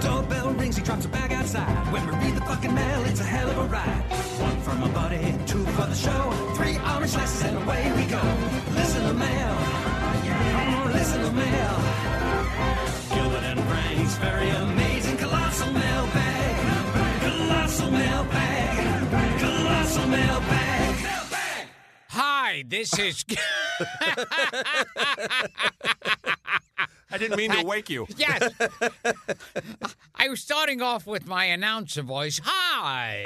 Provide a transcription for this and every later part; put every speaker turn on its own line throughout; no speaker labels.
Doorbell rings, he drops a bag outside. When we read the fucking mail, it's a hell of a ride. One from a buddy, two for the show, three orange slices, and away we go. Listen to mail. Mm, listen to mail. Gilbert and Frank's very amazing colossal mailbag. Colossal mailbag. Colossal mailbag.
Hi, this is.
I didn't mean to wake you.
yes. I was starting off with my announcer voice. Hi.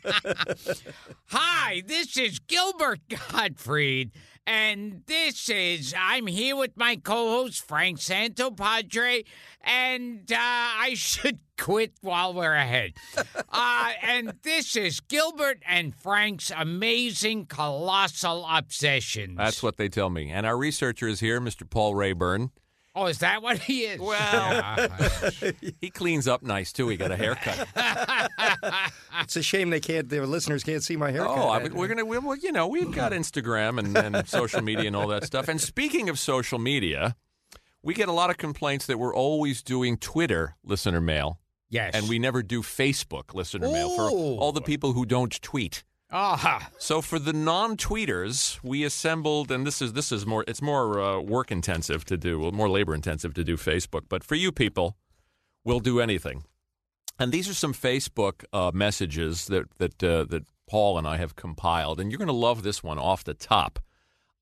Hi, this is Gilbert Gottfried. And this is, I'm here with my co host, Frank Santopadre. And uh, I should quit while we're ahead. Uh, and this is Gilbert and Frank's amazing, colossal obsessions.
That's what they tell me. And our researcher is here, Mr. Paul Rayburn.
Oh, is that what he is? Well,
He cleans up nice too. He got a haircut.
It's a shame they can't. Their listeners can't see my haircut.
oh, I mean, we're gonna. We, well, you know, we've got Instagram and, and social media and all that stuff. And speaking of social media, we get a lot of complaints that we're always doing Twitter listener mail,
yes.
and we never do Facebook listener mail for
Ooh.
all the people who don't tweet.
Ah,
So for the non-tweeters, we assembled, and this is this is more it's more uh, work intensive to do, well, more labor intensive to do Facebook. But for you people, we'll do anything. And these are some Facebook uh, messages that that uh, that Paul and I have compiled, and you're going to love this one off the top.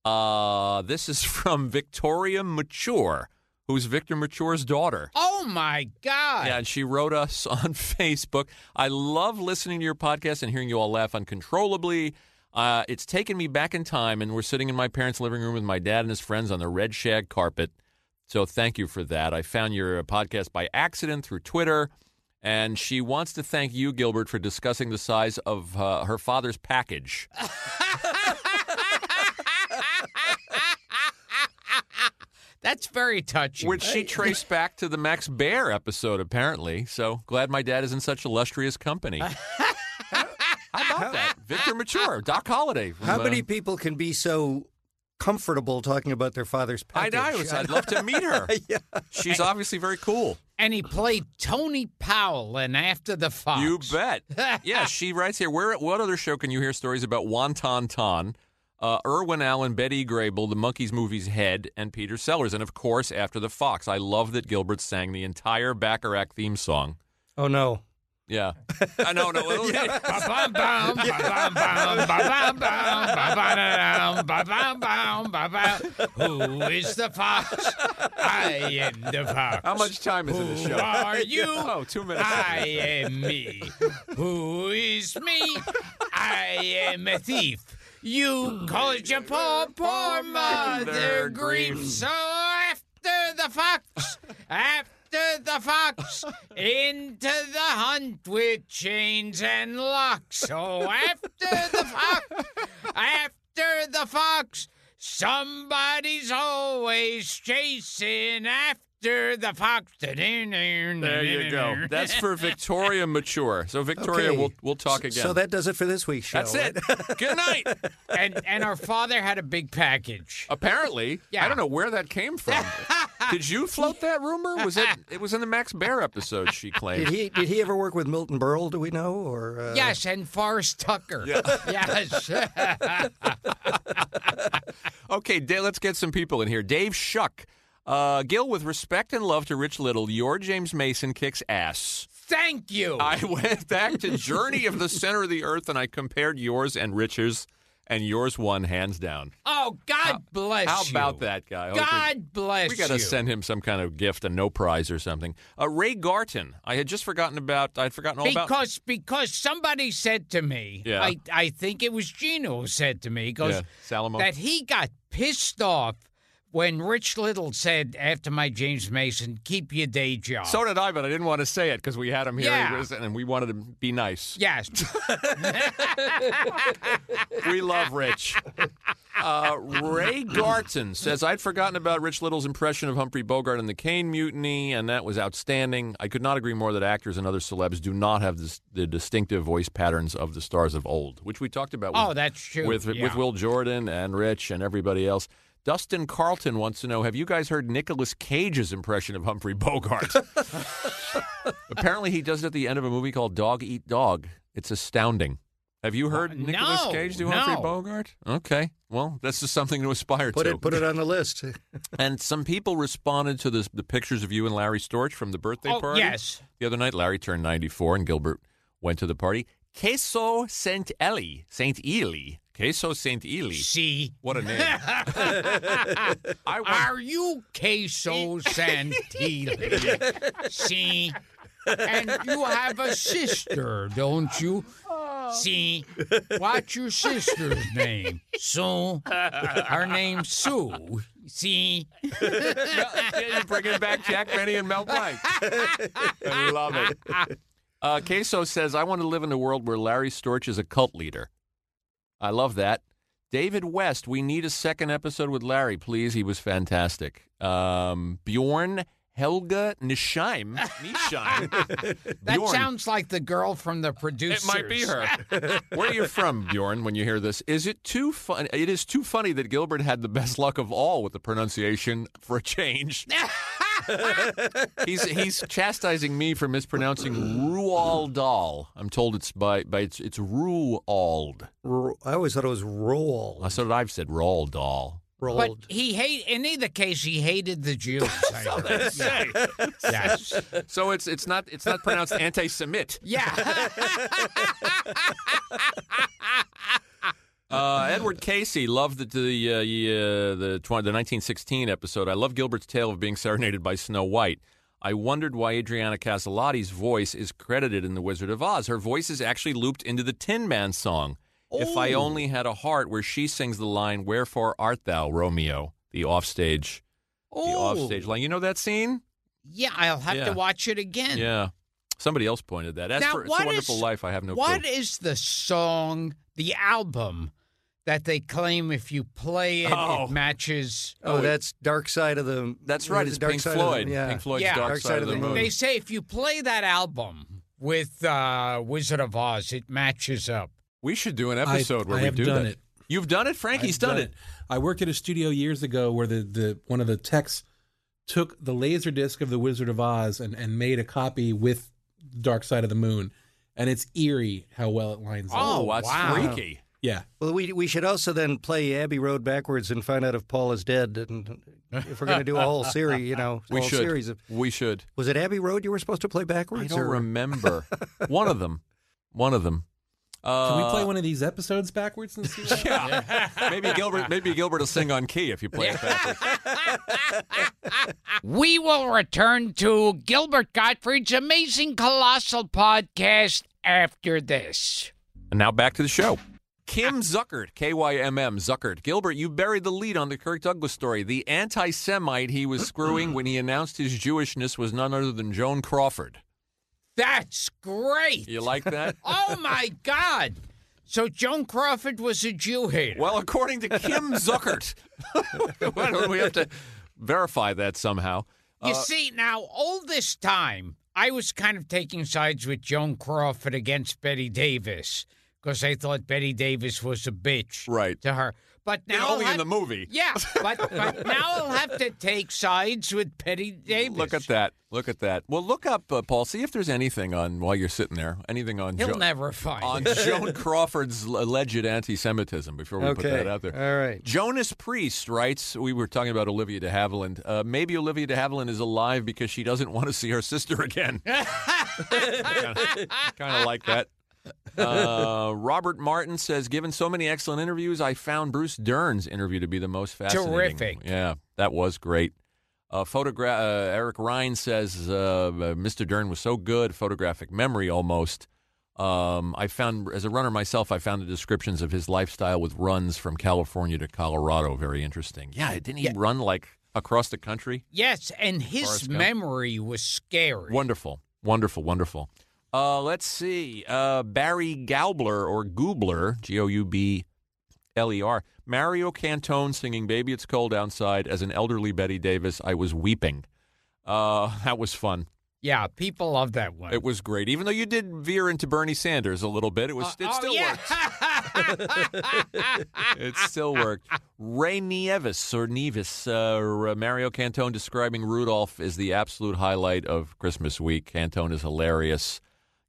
Uh, this is from Victoria Mature, who's Victor Mature's daughter.
oh my God.
Yeah, and she wrote us on Facebook. I love listening to your podcast and hearing you all laugh uncontrollably. Uh, it's taken me back in time, and we're sitting in my parents' living room with my dad and his friends on the red shag carpet. So thank you for that. I found your uh, podcast by accident through Twitter, and she wants to thank you, Gilbert, for discussing the size of uh, her father's package.
That's very touching.
Which she traced back to the Max Bear episode, apparently. So glad my dad is in such illustrious company. How about that? Victor Mature, Doc Holliday. from,
How
uh,
many people can be so comfortable talking about their father's
I,
package?
I was, I'd love to meet her. She's obviously very cool.
and he played Tony Powell in After the Fox.
You bet. Yeah, she writes here. Where? What other show can you hear stories about Wonton Ton, uh, Irwin Allen, Betty Grable, the Monkeys movies Head, and Peter Sellers, and of course After the Fox. I love that Gilbert sang the entire Bacharach theme song.
oh no.
Yeah, I know. No, it'll-
Ba-bum, bum, ba-bum, bum, ba-bum, bum, ba-ba-da-dum, ba-bum, bum, ba-bum. Who is the fox? I am the fox.
How much time is in the
Who
show?
are you?
Oh, two minutes.
I am me. Who is me? I am a thief. You called your poor, poor mother
Mother
grief.
grief.
So after the fox, after the fox, into the hunt with chains and locks. So after the fox, after the fox, somebody's always chasing after the fox.
There
There
you go. That's for Victoria Mature. So Victoria,
Okay.
we'll we'll talk again.
So that does it for this week's show.
That's it. Good night. Uh,
and and our father had a big package.
Apparently,
Yeah.
I don't know where that came from. Did you float that rumor? Was it? It was in the Max Bear episode. She
Did
claimed.
he did he ever work with Milton Berle? Do we know? Or uh,
Yes, and Forrest Tucker. Yes.
Okay, Dave, let's get some people in here. Dave Shuck, uh, Gil, with respect and love to Rich Little, your James Mason kicks ass.
Thank you.
I went back to Journey of the Center of the Earth and I compared yours and Rich's, and yours won hands down.
oh, God bless
How
you.
about that guy? Hope you're-
God bless
We got to
you.
send him some kind of gift, a no prize or something. Uh, Ray Garton, I had just forgotten about. I'd forgotten all about.
because because somebody said to me,
Yeah.
I, I think it was Gino who said to me, he goes
Yeah, Salamo.
that he got pissed off when Rich Little said after my James Mason, keep your day job.
So did I, but I didn't want to say it because we had him here, He
Yeah.
was- and we wanted to be nice.
yes.
We love Rich. Uh, Ray Garton says, I'd forgotten about Rich Little's impression of Humphrey Bogart in the Kane Mutiny, and that was outstanding. I could not agree more that actors and other celebs do not have this, the distinctive voice patterns of the stars of old, which we talked about with,
oh, that's true.
with,
yeah.
with Will Jordan and Rich and everybody else. Dustin Carlton wants to know, have you guys heard Nicolas Cage's impression of Humphrey Bogart? Apparently he does it at the end of a movie called Dog Eat Dog. It's astounding. Have you heard
Uh, no,
Nicolas Cage do Humphrey
no.
Bogart? Okay. Well, this is something to aspire
Put
to.
it put it on the list.
and some people responded to this, the pictures of you and Larry Storch from the birthday
Oh,
party.
yes.
The other night, Larry turned 94 and Gilbert went to the party. Queso Saint Eli. Saint Eli. Queso Saint Eli.
See,
What a name. I want-
are you queso santilli? See, and you have a sister, don't you? See, what's your sister's name? Sue. Her name's Sue. See,
bringing back Jack Benny and Mel Blanc. I love it. Uh, Queso says, I want to live in a world where Larry Storch is a cult leader. I love that. David West, we need a second episode with Larry, please. He was fantastic. Um, Bjorn Helga Nisheim. Nisheim.
that
Bjorn.
sounds like the girl from the producers.
It might be her. Where are you from, Bjorn? When you hear this, is it too fun? It is too funny that Gilbert had the best luck of all with the pronunciation for a change. he's he's chastising me for mispronouncing Ruald Dahl. I'm told it's by by it's it's Ruald.
Ro- I always thought it was roll.
Uh, So that I've said Roald Dahl.
But
Rolled.
he hate. In either case, he hated the Jews. I think. yes.
So it's it's not it's not pronounced anti-Semit.
Yeah.
Uh, Edward Casey loved the the uh, yeah, the, tw- the 1916 episode. I love Gilbert's tale of being serenaded by Snow White. I wondered why Adriana Casalotti's voice is credited in The Wizard of Oz. Her voice is actually looped into the Tin Man song, If
Oh.
I Only Had a Heart, where she sings the line, Wherefore art thou, Romeo? The offstage, the
Oh.
offstage line. You know that scene?
Yeah, I'll have
Yeah.
to watch it again.
Yeah. Somebody else pointed that. As
Now,
for It's
what
a Wonderful
is-
Life, I have no
What
clue.
is the song, the album that they claim if you play it,
Oh.
it matches?
oh, that's Dark Side of the.
That's
what
right.
is
It's
it, Dark
Pink
Side of the-
Floyd.
yeah.
Pink Floyd's
Yeah.
Dark, Side, of the, Moon.
They say if you play that album with uh, Wizard of Oz, it matches up.
We should do an episode
I-
where
I
we
have
do
done
that.
it.
You've done it, Frankie's
I've
done, it.
I worked at a studio years ago where the, the one of the techs took the laser disc of the Wizard of Oz and, and made a copy with Dark Side of the Moon, and it's eerie how well it lines up.
Oh,
that's
wow.
freaky.
Yeah,
Well, we we should also then play Abbey Road backwards and find out if Paul is dead, and if we're going to do a whole series, you know, a
We
whole
should.
series of.
We should.
Was it Abbey Road you were supposed to play
I
backwards?
don't
or-
remember. one of them. One of them.
can
Uh,
we play one of these episodes backwards and see? What
Yeah. maybe Gilbert. Maybe Gilbert will sing on key if you play it backwards.
We will return to Gilbert Gottfried's amazing colossal podcast after this.
And now back to the show. Kim Zuckert, K Y M M Zuckert. Gilbert, you buried the lead on the Kirk Douglas story. The anti Semite he was screwing when he announced his Jewishness was none other than Joan Crawford.
That's great.
You like that?
Oh my God. So Joan Crawford was a Jew hater.
Well, according to Kim Zuckert, Why don't we have to verify that somehow. Uh,
You see, now all this time, I was kind of taking sides with Joan Crawford against Betty Davis because I thought Betty Davis was a bitch
Right.
to her. But now I'll
only in
have-
the movie.
Yeah, but, but now I'll have to take sides with Betty Davis.
Look at that. Look at that. Well, look up, uh, Paul. See if there's anything on while you're sitting there. Anything on
He'll
Jo-
never find
on
it.
Joan Crawford's alleged anti-Semitism before we put
Okay.
that out there.
All right.
Jonas Priest writes. We were talking about Olivia De Havilland. Uh, maybe Olivia De Havilland is alive because she doesn't want to see her sister again. kind of like that. Uh, Robert Martin says, given so many excellent interviews, I found Bruce Dern's interview to be the most fascinating.
Terrific.
Yeah, that was great. Uh, photogra- uh, Eric Ryan says, uh, Mr. Dern was so good, photographic memory almost. Um, I found as a runner myself, I found the descriptions of his lifestyle with runs from California to Colorado very interesting. Yeah, didn't he
Yeah.
run like across the country?
Yes, and
Forrest
his
Gump.
memory was scary.
Wonderful, wonderful, wonderful. Uh, let's see. Uh, Barry Goubler or Goobler, G O U B L E R. Mario Cantone singing "Baby It's Cold Outside" as an elderly Betty Davis. I was weeping. Uh, that was fun.
Yeah, people love that one.
It was great. Even though you did veer into Bernie Sanders a little bit, it was it
oh,
still
yeah.
worked. it still worked. Ray Nieves or Nevis, uh, R- Mario Cantone describing Rudolph is the absolute highlight of Christmas week. Cantone is hilarious.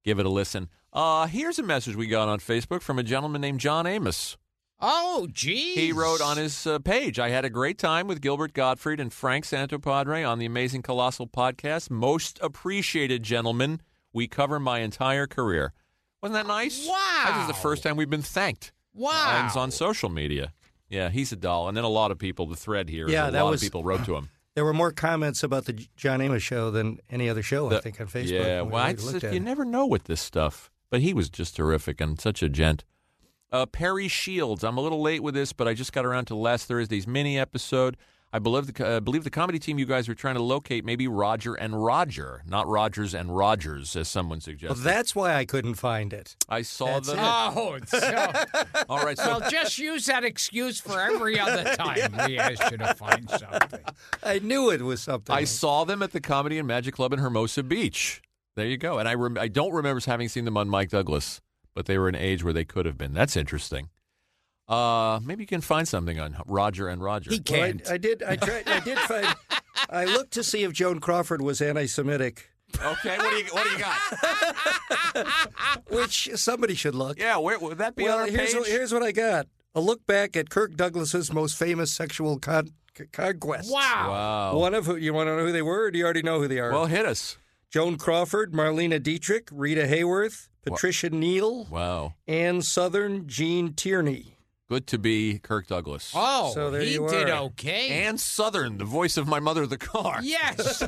Give it a listen. Uh, here's a message we got on Facebook from a gentleman named John Amos.
oh, geez.
He wrote on his uh, page, I had a great time with Gilbert Gottfried and Frank Santopadre on the Amazing Colossal podcast. Most appreciated, gentlemen. We cover my entire career. Wasn't that nice?
Wow.
That is the first time we've been thanked
Wow.
times on social media. Yeah, he's a doll. And then a lot of people, the thread here, is
Yeah,
a
that
lot
was-
of people wrote to him.
There were more comments about the J- John Amos show than any other show, I
The-
think, on Facebook.
Yeah,
when we
well, I
looked
just,
at
you
it.
never know with this stuff. But he was just terrific and such a gent. Uh, Perry Shields. I'm a little late with this, but I just got around to last Thursday's mini episode. I believe the, co- uh, believe the comedy team you guys were trying to locate maybe Roger and Roger, not Rogers and Rogers, as someone
Well,
suggested.
that's why I couldn't find it.
I saw
that's
the.
Oh, so,
All right, so
well, just use that excuse for every other time we ask you to find something.
I knew it was something.
I saw them at the Comedy and Magic Club in Hermosa Beach. There you go. And I rem- I don't remember having seen them on Mike Douglas, but they were an age where they could have been. That's interesting. Uh, maybe you can find something on Roger and Roger.
He
Well,
can't.
I, I did. I tried. I did find. I looked to see if Joan Crawford was anti-Semitic,
okay, what do you what do you got?
which somebody should look.
Yeah, where would that be on
well,
our
here's
page?
what, here's what I got: a look back at Kirk Douglas's most famous sexual con- c- conquests.
wow.
wow.
One of who you want to know who they were, or do you already know who they are?
Well, hit us.
Joan Crawford, Marlena Dietrich, Rita Hayworth, Patricia Neal,
Wow.
Ann Southern, Jean Tierney.
Good to be Kirk Douglas.
Oh,
So there
he
you
did
are.
okay.
and Southern, the voice of my mother, the car.
yes.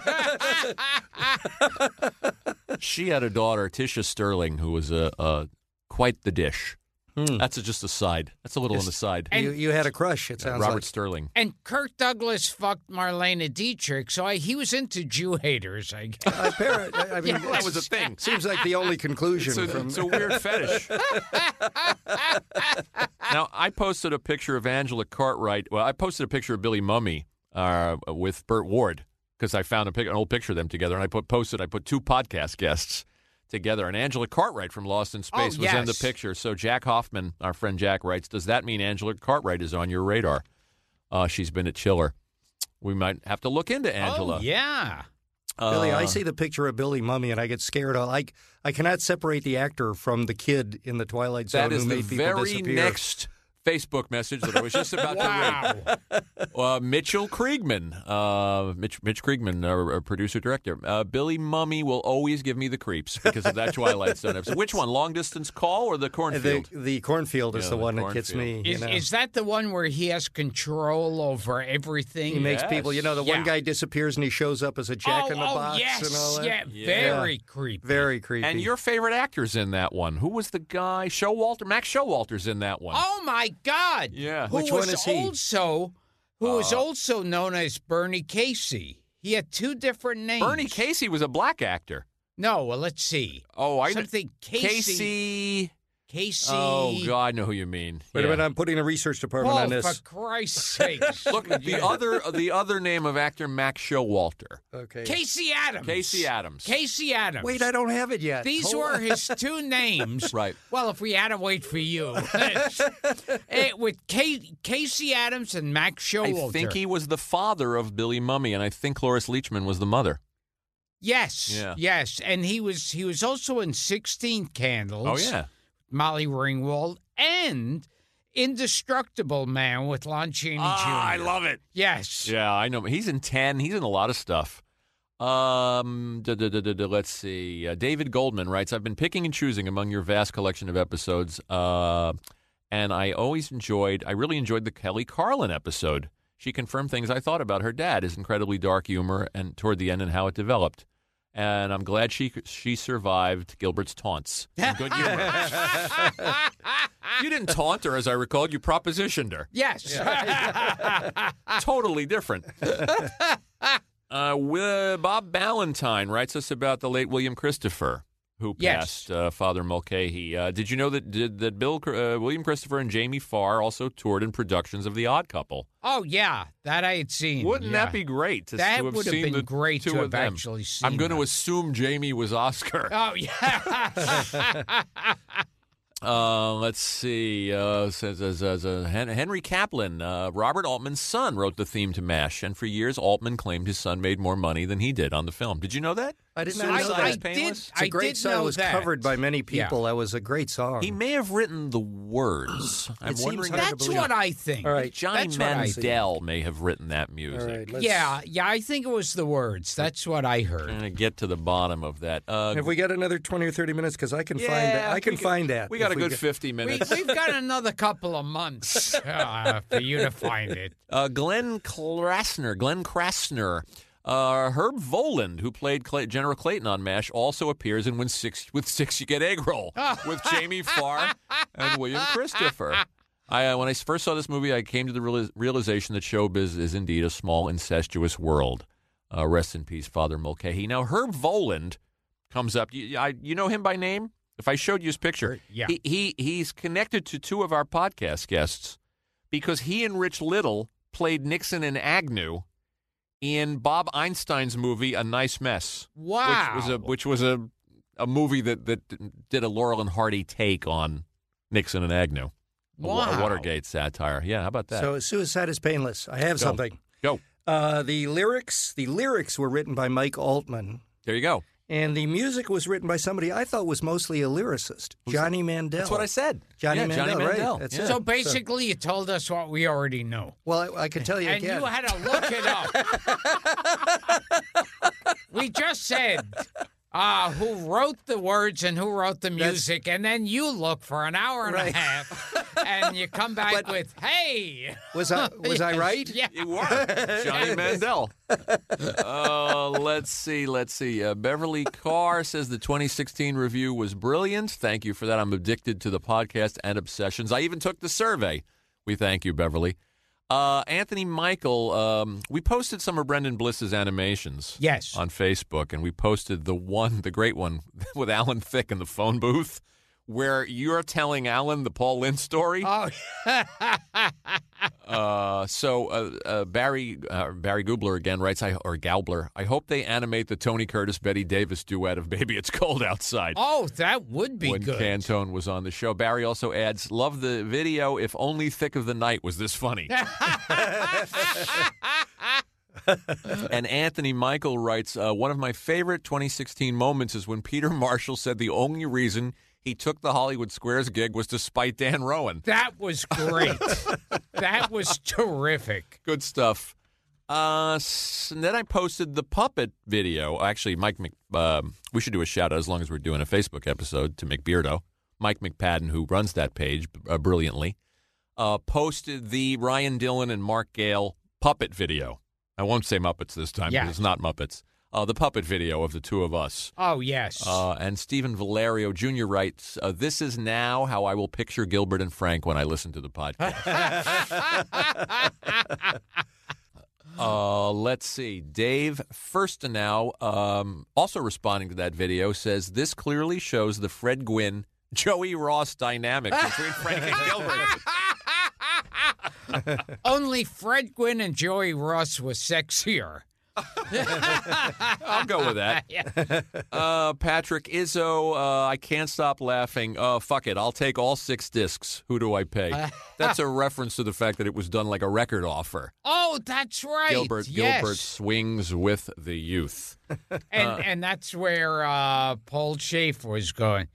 She had a daughter, Tisha Sterling, who was a, a quite the dish.
Hmm.
That's a, just a side. That's a little on the side.
you, you had a crush. It sounds
Robert
like.
Sterling.
and Kirk Douglas fucked Marlena Dietrich, so I, he was into Jew haters, I guess.
Apparent- I I mean,
That was a thing.
seems like the only conclusion
It's a,
from
it's a weird fetish. now, I posted a picture of Angela Cartwright. Well, I posted a picture of Billy Mummy uh, with Burt Ward because I found a pic- an old picture of them together, and I put posted. I put two podcast guests together, and Angela Cartwright from Lost in Space was in the
yes.
picture. So Jack Hoffman, our friend Jack, writes, "Does that mean Angela Cartwright is on your radar? Uh, she's been at Chiller. We might have to look into Angela."
Oh, yeah.
Billy, I
Uh,
see the picture of Billy Mummy and I get scared. I I- I cannot separate the actor from the kid in the Twilight Zone
That is
who
the
made people
very
disappear.
next Facebook message that I was just about to
Wow.
read. Uh, Mitchell Kriegman, uh, Mitch, Mitch Kriegman, our, our producer director. Uh, Billy Mummy will always give me the creeps because of that Twilight Zone episode. Which one, long distance call or the
the
cornfield?
the cornfield is
Yeah,
the
the
one that gets me.
cornfield.
you
Is,
know.
is that the one where he has control over everything?
he makes
Yes.
people. You know, the one
Yeah.
guy disappears and he shows up as a jack
oh,
in the
oh,
box
yes,
and all that.
Yeah,
Yeah.
very creepy.
Very creepy.
and your favorite actors in that one? Who was the guy? Showalter, Max Showalter's in that one.
Oh my God!
Yeah.
who
Which one
was
is he?
also who was
Uh.
also known as Bernie Casey. He had two different names.
Bernie Casey was a black actor.
No, well, let's see.
Oh, I
Something Casey.
Casey.
Casey.
Oh God, I know who you mean.
Wait a
Yeah.
minute, I'm putting the research department
Paul,
on this.
for Christ's sake!
Look, the other the other name of actor Max Showalter.
Okay.
Casey Adams.
Casey Adams.
Casey Adams.
Wait, I don't have it yet.
These
Hold
were
on.
his two names.
Right.
Well, if we had to wait for you, Eh, with Ca- Casey Adams and Max Showalter.
I think he was the father of Billy Mummy, and I think Cloris Leachman was the mother.
Yes.
Yeah.
Yes, and he was he was also in Sixteen Candles.
Oh yeah,
Molly Ringwald and Indestructible Man with Lon Chaney Jr.
it.
Yes.
Ah, Yeah, I know. He's in ten. He's in a lot of stuff. Um, duh, duh, duh, duh, duh, let's see. Uh, David Goldman writes: I've been picking and choosing among your vast collection of episodes, uh, and I always enjoyed. I really enjoyed the Kelly Carlin episode. She confirmed things I thought about her dad, his incredibly dark humor, and toward the end, and how it developed. and I'm glad she she survived Gilbert's taunts. And Good humor. you didn't taunt her, as I recall. You propositioned her.
Yes.
Totally different. Uh, Wi- Bob Ballantyne writes us about the late William Christopher, who
Yes.
passed uh, Father Mulcahy. Uh, did you know that did, that Bill Cr- uh, William Christopher and Jamie Farr also toured in productions of The Odd Couple?
oh yeah, that I had seen.
Wouldn't
yeah.
that be great? To,
That
to have
would have
seen
been
the
great
two
to
of
have
them.
actually seen.
I'm going to
that.
assume Jamie was Oscar.
Oh yeah.
Uh, let's see. Uh, says, says, says, uh, Hen- Henry Kaplan, uh, Robert Altman's son, wrote the theme to MASH, and for years Altman claimed his son made more money than he did on the film. Did you know that?
I did
not
not
know
know
Suicide
that.
is painless?
It's a
I
great
did
song.
know
it was
that.
covered by many people. That was a great song.
He may have written the words. I'm
seems
wondering.
hard to
That's
believe.
what I think.
All
if
right.
Johnny
That's what I think.
Mandel may have written that music.
let's-
Yeah, yeah, I think it was the words. That's what I
Trying
heard.
to get to the bottom of that. Uh,
Have we got another twenty or thirty minutes? Because I can
yeah,
find that. I
we
can
got-
find that.
We got
if
a good
get-
50
We,
minutes.
we've got another couple of months uh, for you to find it.
Uh, Glenn Krasner, Glenn Krasner, uh, Herb Voland, who played Clay- General Clayton on MASH, also appears in When Six with Six You Get Egg Roll with Jamie Farr and William Christopher. I, uh, when I first saw this movie, I came to the reali- realization that showbiz is indeed a small incestuous world. Uh, rest in peace, Father Mulcahy. Now, Herb Voland comes up. You, I, you know him by name. If I showed you his picture,
Yeah.
he, he he's connected to two of our podcast guests because he and Rich Little played Nixon and Agnew in Bob Einstein's movie A Nice Mess,
Wow.
which was a which was a a movie that that did a Laurel and Hardy take on Nixon and Agnew, a wa- a,
Wow.
Watergate satire. Yeah, how about that?
So suicide is painless. I have
Go.
something.
go
Uh, the lyrics. The lyrics were written by Mike Altman,
there, you go.
and the music was written by somebody I thought was mostly a lyricist, Johnny Mandel.
That's what I said.
Johnny
yeah,
Mandel.
Johnny Mandel.
Right. That's
Yeah.
it.
So basically, you told us what we already knew.
well, I, I can tell you
And
again.
you had to look it up. we just said uh, who wrote the words and who wrote the music, and then you look for an hour and
Right.
a half, and you come back with, "Hey,
was I was I right?
yeah,
You were Johnny Mandel. Uh, let's see, let's see. Uh, Beverly Carr says the 2016 review was brilliant. Thank you for that. I'm addicted to the podcast and obsessions. I even took the survey. We thank you, Beverly. Uh, Anthony Michael, um, we posted some of Brendan Bliss's animations
yes,
on Facebook, and we posted the one, the great one with Alan Thicke in the phone booth, where you're telling Alan the Paul Lynn story.
oh,
Uh, so uh, uh, Barry uh, Barry Goobler again writes, I, or Gaubler, I hope they animate the Tony Curtis Betty Davis duet of "Baby It's Cold Outside."
oh, that would be
when
good."
Cantone was on the show, Barry also adds, "Love the video. If only Thick of the Night was this funny." and Anthony Michael writes, uh, "One of my favorite 2016 moments is when Peter Marshall said the only reason he took the Hollywood Squares gig was to spite Dan Rowan."
That was great. that was terrific.
Good stuff. Uh, s- and then I posted the puppet video. Actually, Mike, Mc, um we should do a shout out as long as we're doing a Facebook episode to McBeardo. Mike McPadden, who runs that page uh, brilliantly, uh, posted the Ryan Dillon and Mark Gale puppet video. I won't say Muppets this time
Yeah.
because it's not Muppets. Uh, the puppet video of the two of us.
Oh yes.
Uh, and Stephen Valerio Jr. writes, uh, This is now how I will picture Gilbert and Frank when I listen to the podcast. uh, let's see. Dave Firstenow, um, also responding to that video, says, This clearly shows the Fred Gwynn. Joey Ross dynamic between Frank and Gilbert.
Only Fred Gwynn and Joey Ross were sexier.
I'll go with that. Uh, Patrick Izzo, uh, I can't stop laughing. Uh, fuck it, I'll take all six discs. Who do I pay? That's a reference to the fact that it was done like a record offer.
Oh, that's right.
Gilbert
yes.
Gilbert swings with the youth.
And
uh,
and that's where uh, Paul Schaefer was going.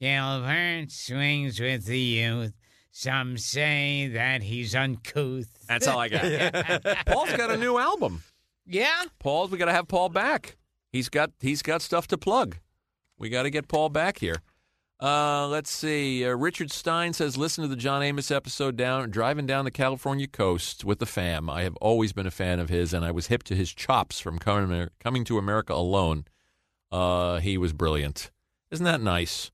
Gilbert swings with the youth. Some say that he's uncouth.
That's all I got. Paul's got a new album.
Yeah.
Paul's we got to have Paul back. He's got he's got stuff to plug. We got to get Paul back here. Uh, let's see. Uh, Richard Stein says, "Listen to the John Amos episode down driving down the California coast with the fam. I have always been a fan of his, and I was hip to his chops from coming coming to America alone. Uh, he was brilliant. Isn't that nice?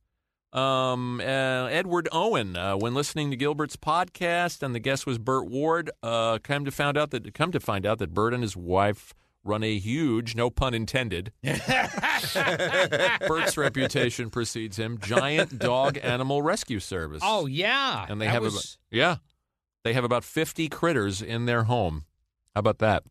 Um, uh, Edward Owen, uh, when listening to Gilbert's podcast, and the guest was Burt Ward. Uh, come to found out that come to find out that Burt and his wife run a huge, no pun intended. Burt's reputation precedes him. Giant dog animal rescue service.
Oh yeah,
and they
that
have
was,
about, yeah, they have about fifty critters in their home. How about that?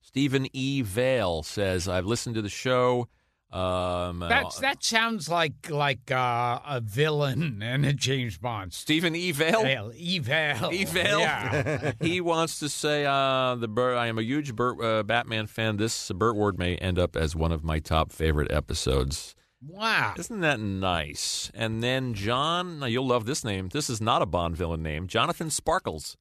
Stephen E. Vale says, "I've listened to the show." Um,
that's, that sounds like like uh, a villain in a James Bond.
Stephen E. Vale.
Evil, evil,
Evil.
Yeah.
he wants to say uh, the Burt, I am a huge Burt, uh, Batman fan. This Burt Ward may end up as one of my top favorite episodes.
Wow.
Isn't that nice? And then John, now you'll love this name. This is not a Bond villain name. Jonathan Sparkles.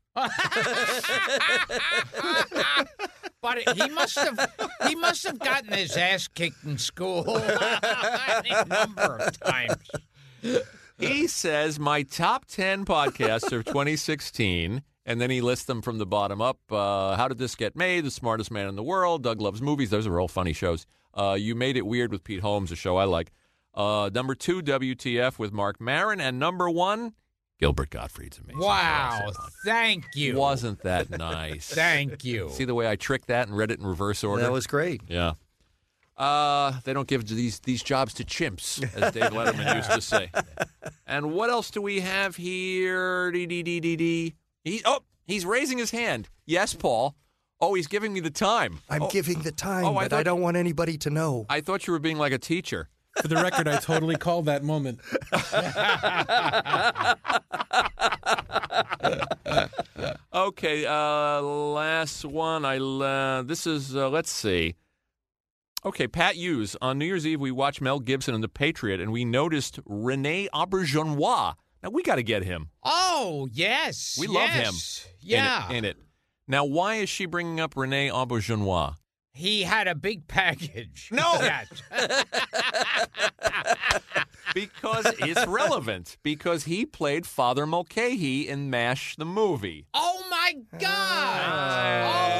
But he must have he must have gotten his ass kicked in school a number of times.
He says my top ten podcasts of 2016. And then he lists them from the bottom up. Uh, How did this get made? The smartest man in the world. Doug loves movies. Those are all funny shows. Uh, you made it weird with Pete Holmes, a show I like. Uh, number two, WTF with Mark Marin, and number one, Gilbert Gottfried's amazing.
Wow. Thank you.
wasn't that nice?
Thank you.
See the way I tricked that and read it in reverse order.
That was great.
Yeah. Uh, they don't give these these jobs to chimps, as Dave Letterman used to say. And what else do we have here? Dee, dee, dee, dee, dee. He, oh, he's raising his hand. Yes, Paul. Oh, he's giving me the time.
I'm giving the time,
oh, I
but I
thought-
don't want anybody to know.
I thought you were being like a teacher.
For the record, I totally called that moment.
Okay, uh, last one. I uh, this is uh, let's see. Okay, Pat Hughes. On New Year's Eve, we watched Mel Gibson and The Patriot, and we noticed Rene Auberjonois. Now we got to get him.
Oh yes.
We love him
yes. Yeah.
in it, in it. Now, why is she bringing up Rene Auberjonois?
He had a big package.
No.
Yes.
Because it's relevant. Because he played Father Mulcahy in MASH the movie.
Oh my God.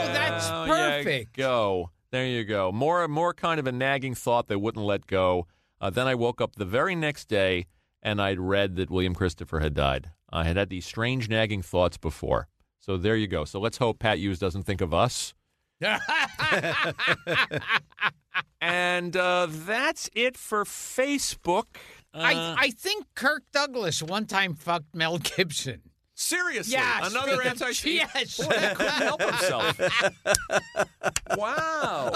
oh, that's
There you
perfect.
go. There you go. More, more kind of a nagging thought they wouldn't let go. Uh, then I woke up the very next day and I'd read that William Christopher had died. I had had these strange nagging thoughts before. So there you go. So let's hope Pat Hughes doesn't think of us. And uh, that's it for Facebook. Uh,
I, I think Kirk Douglas one time fucked Mel Gibson.
Seriously,
Yes.
another anti She
Yes.
couldn't help himself. wow.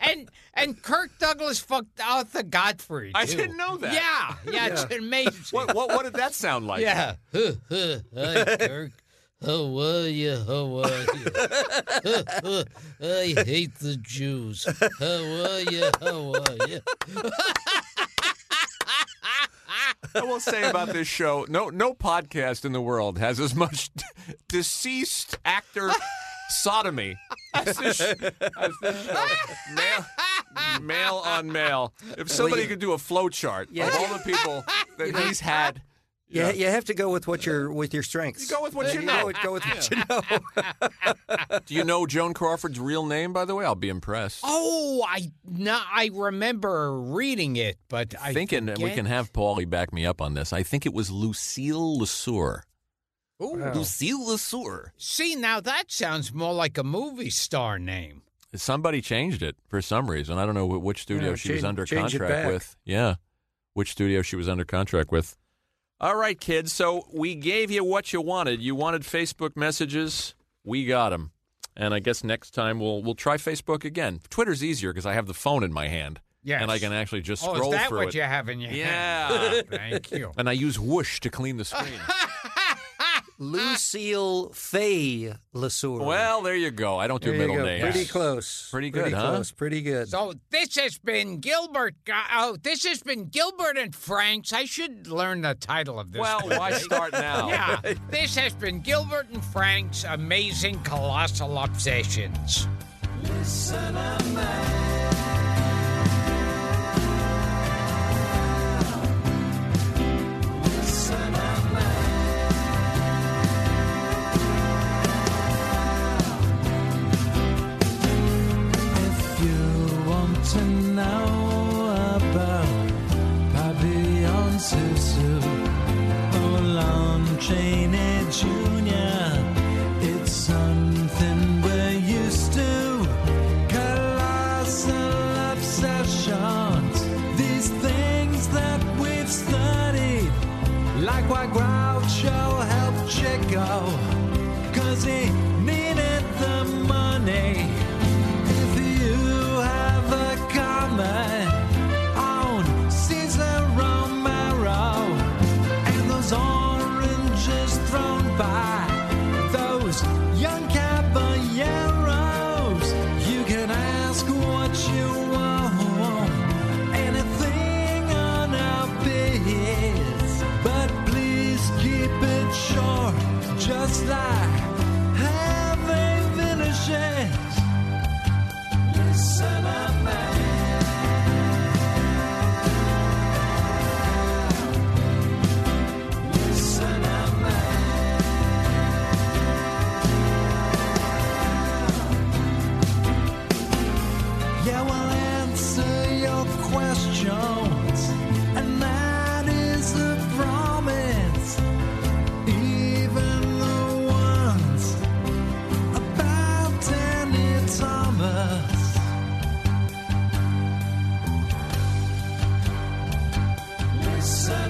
and and Kirk Douglas fucked Arthur Godfrey.
I
too.
didn't know that.
Yeah, yeah, it's amazing.
What, what, what did that sound like?
Yeah. Hi, Kirk. How are you? How are you? I hate the Jews. How are you? How are you?
I will say about this show no, no podcast in the world has as much deceased actor sodomy as this, as this show. Male, male on male. If somebody could do a flow chart of all the people that he's had.
Yeah, you have to go with what your with your strengths.
Go with what you
Go
know.
with, go with what you know.
Do you know Joan Crawford's real name, by the way? I'll be impressed.
Oh, I no, I remember reading it, but I
thinking and we
forget.
can have Paulie back me up on this. I think it was Lucille Lesueur.
Ooh.
Oh. Lucille Lesueur.
See, now that sounds more like a movie star name.
Somebody changed it for some reason. I don't know wh- which studio
Yeah,
she was
change-
under
change it
contract
back.
with. Yeah, which studio she was under contract with. All right, kids. So we gave you what you wanted. You wanted Facebook messages. We got them. And I guess next time we'll we'll try Facebook again. Twitter's easier because I have the phone in my hand.
Yes.
And I can actually just
Oh,
scroll
is that
through
what
it.
you have in your
Yeah.
hand? Thank you.
and I use whoosh to clean the screen.
Lucille Fay Lesueur.
Well, there you go. I don't do
there you
middle
go.
names.
Pretty close.
Pretty good,
Pretty
huh?
close. Pretty good.
So this has been Gilbert. Go- Oh, this has been Gilbert and Franks. I should learn the title of this.
Well,
one
why
day.
start now?
Yeah, this has been Gilbert and Frank's amazing colossal obsessions.
If you want to why Groucho helped Chico. Cause he needed the money. If you have a comment on Cesar Romero and those oranges thrown by those young caballeros, you can ask what you want. Anything on our bids, but please keep it short, just like having finishes. Listen up, man. Listen up, man. Yeah, we'll answer your questions, and that is a promise. Even the ones about Danny Thomas. Listen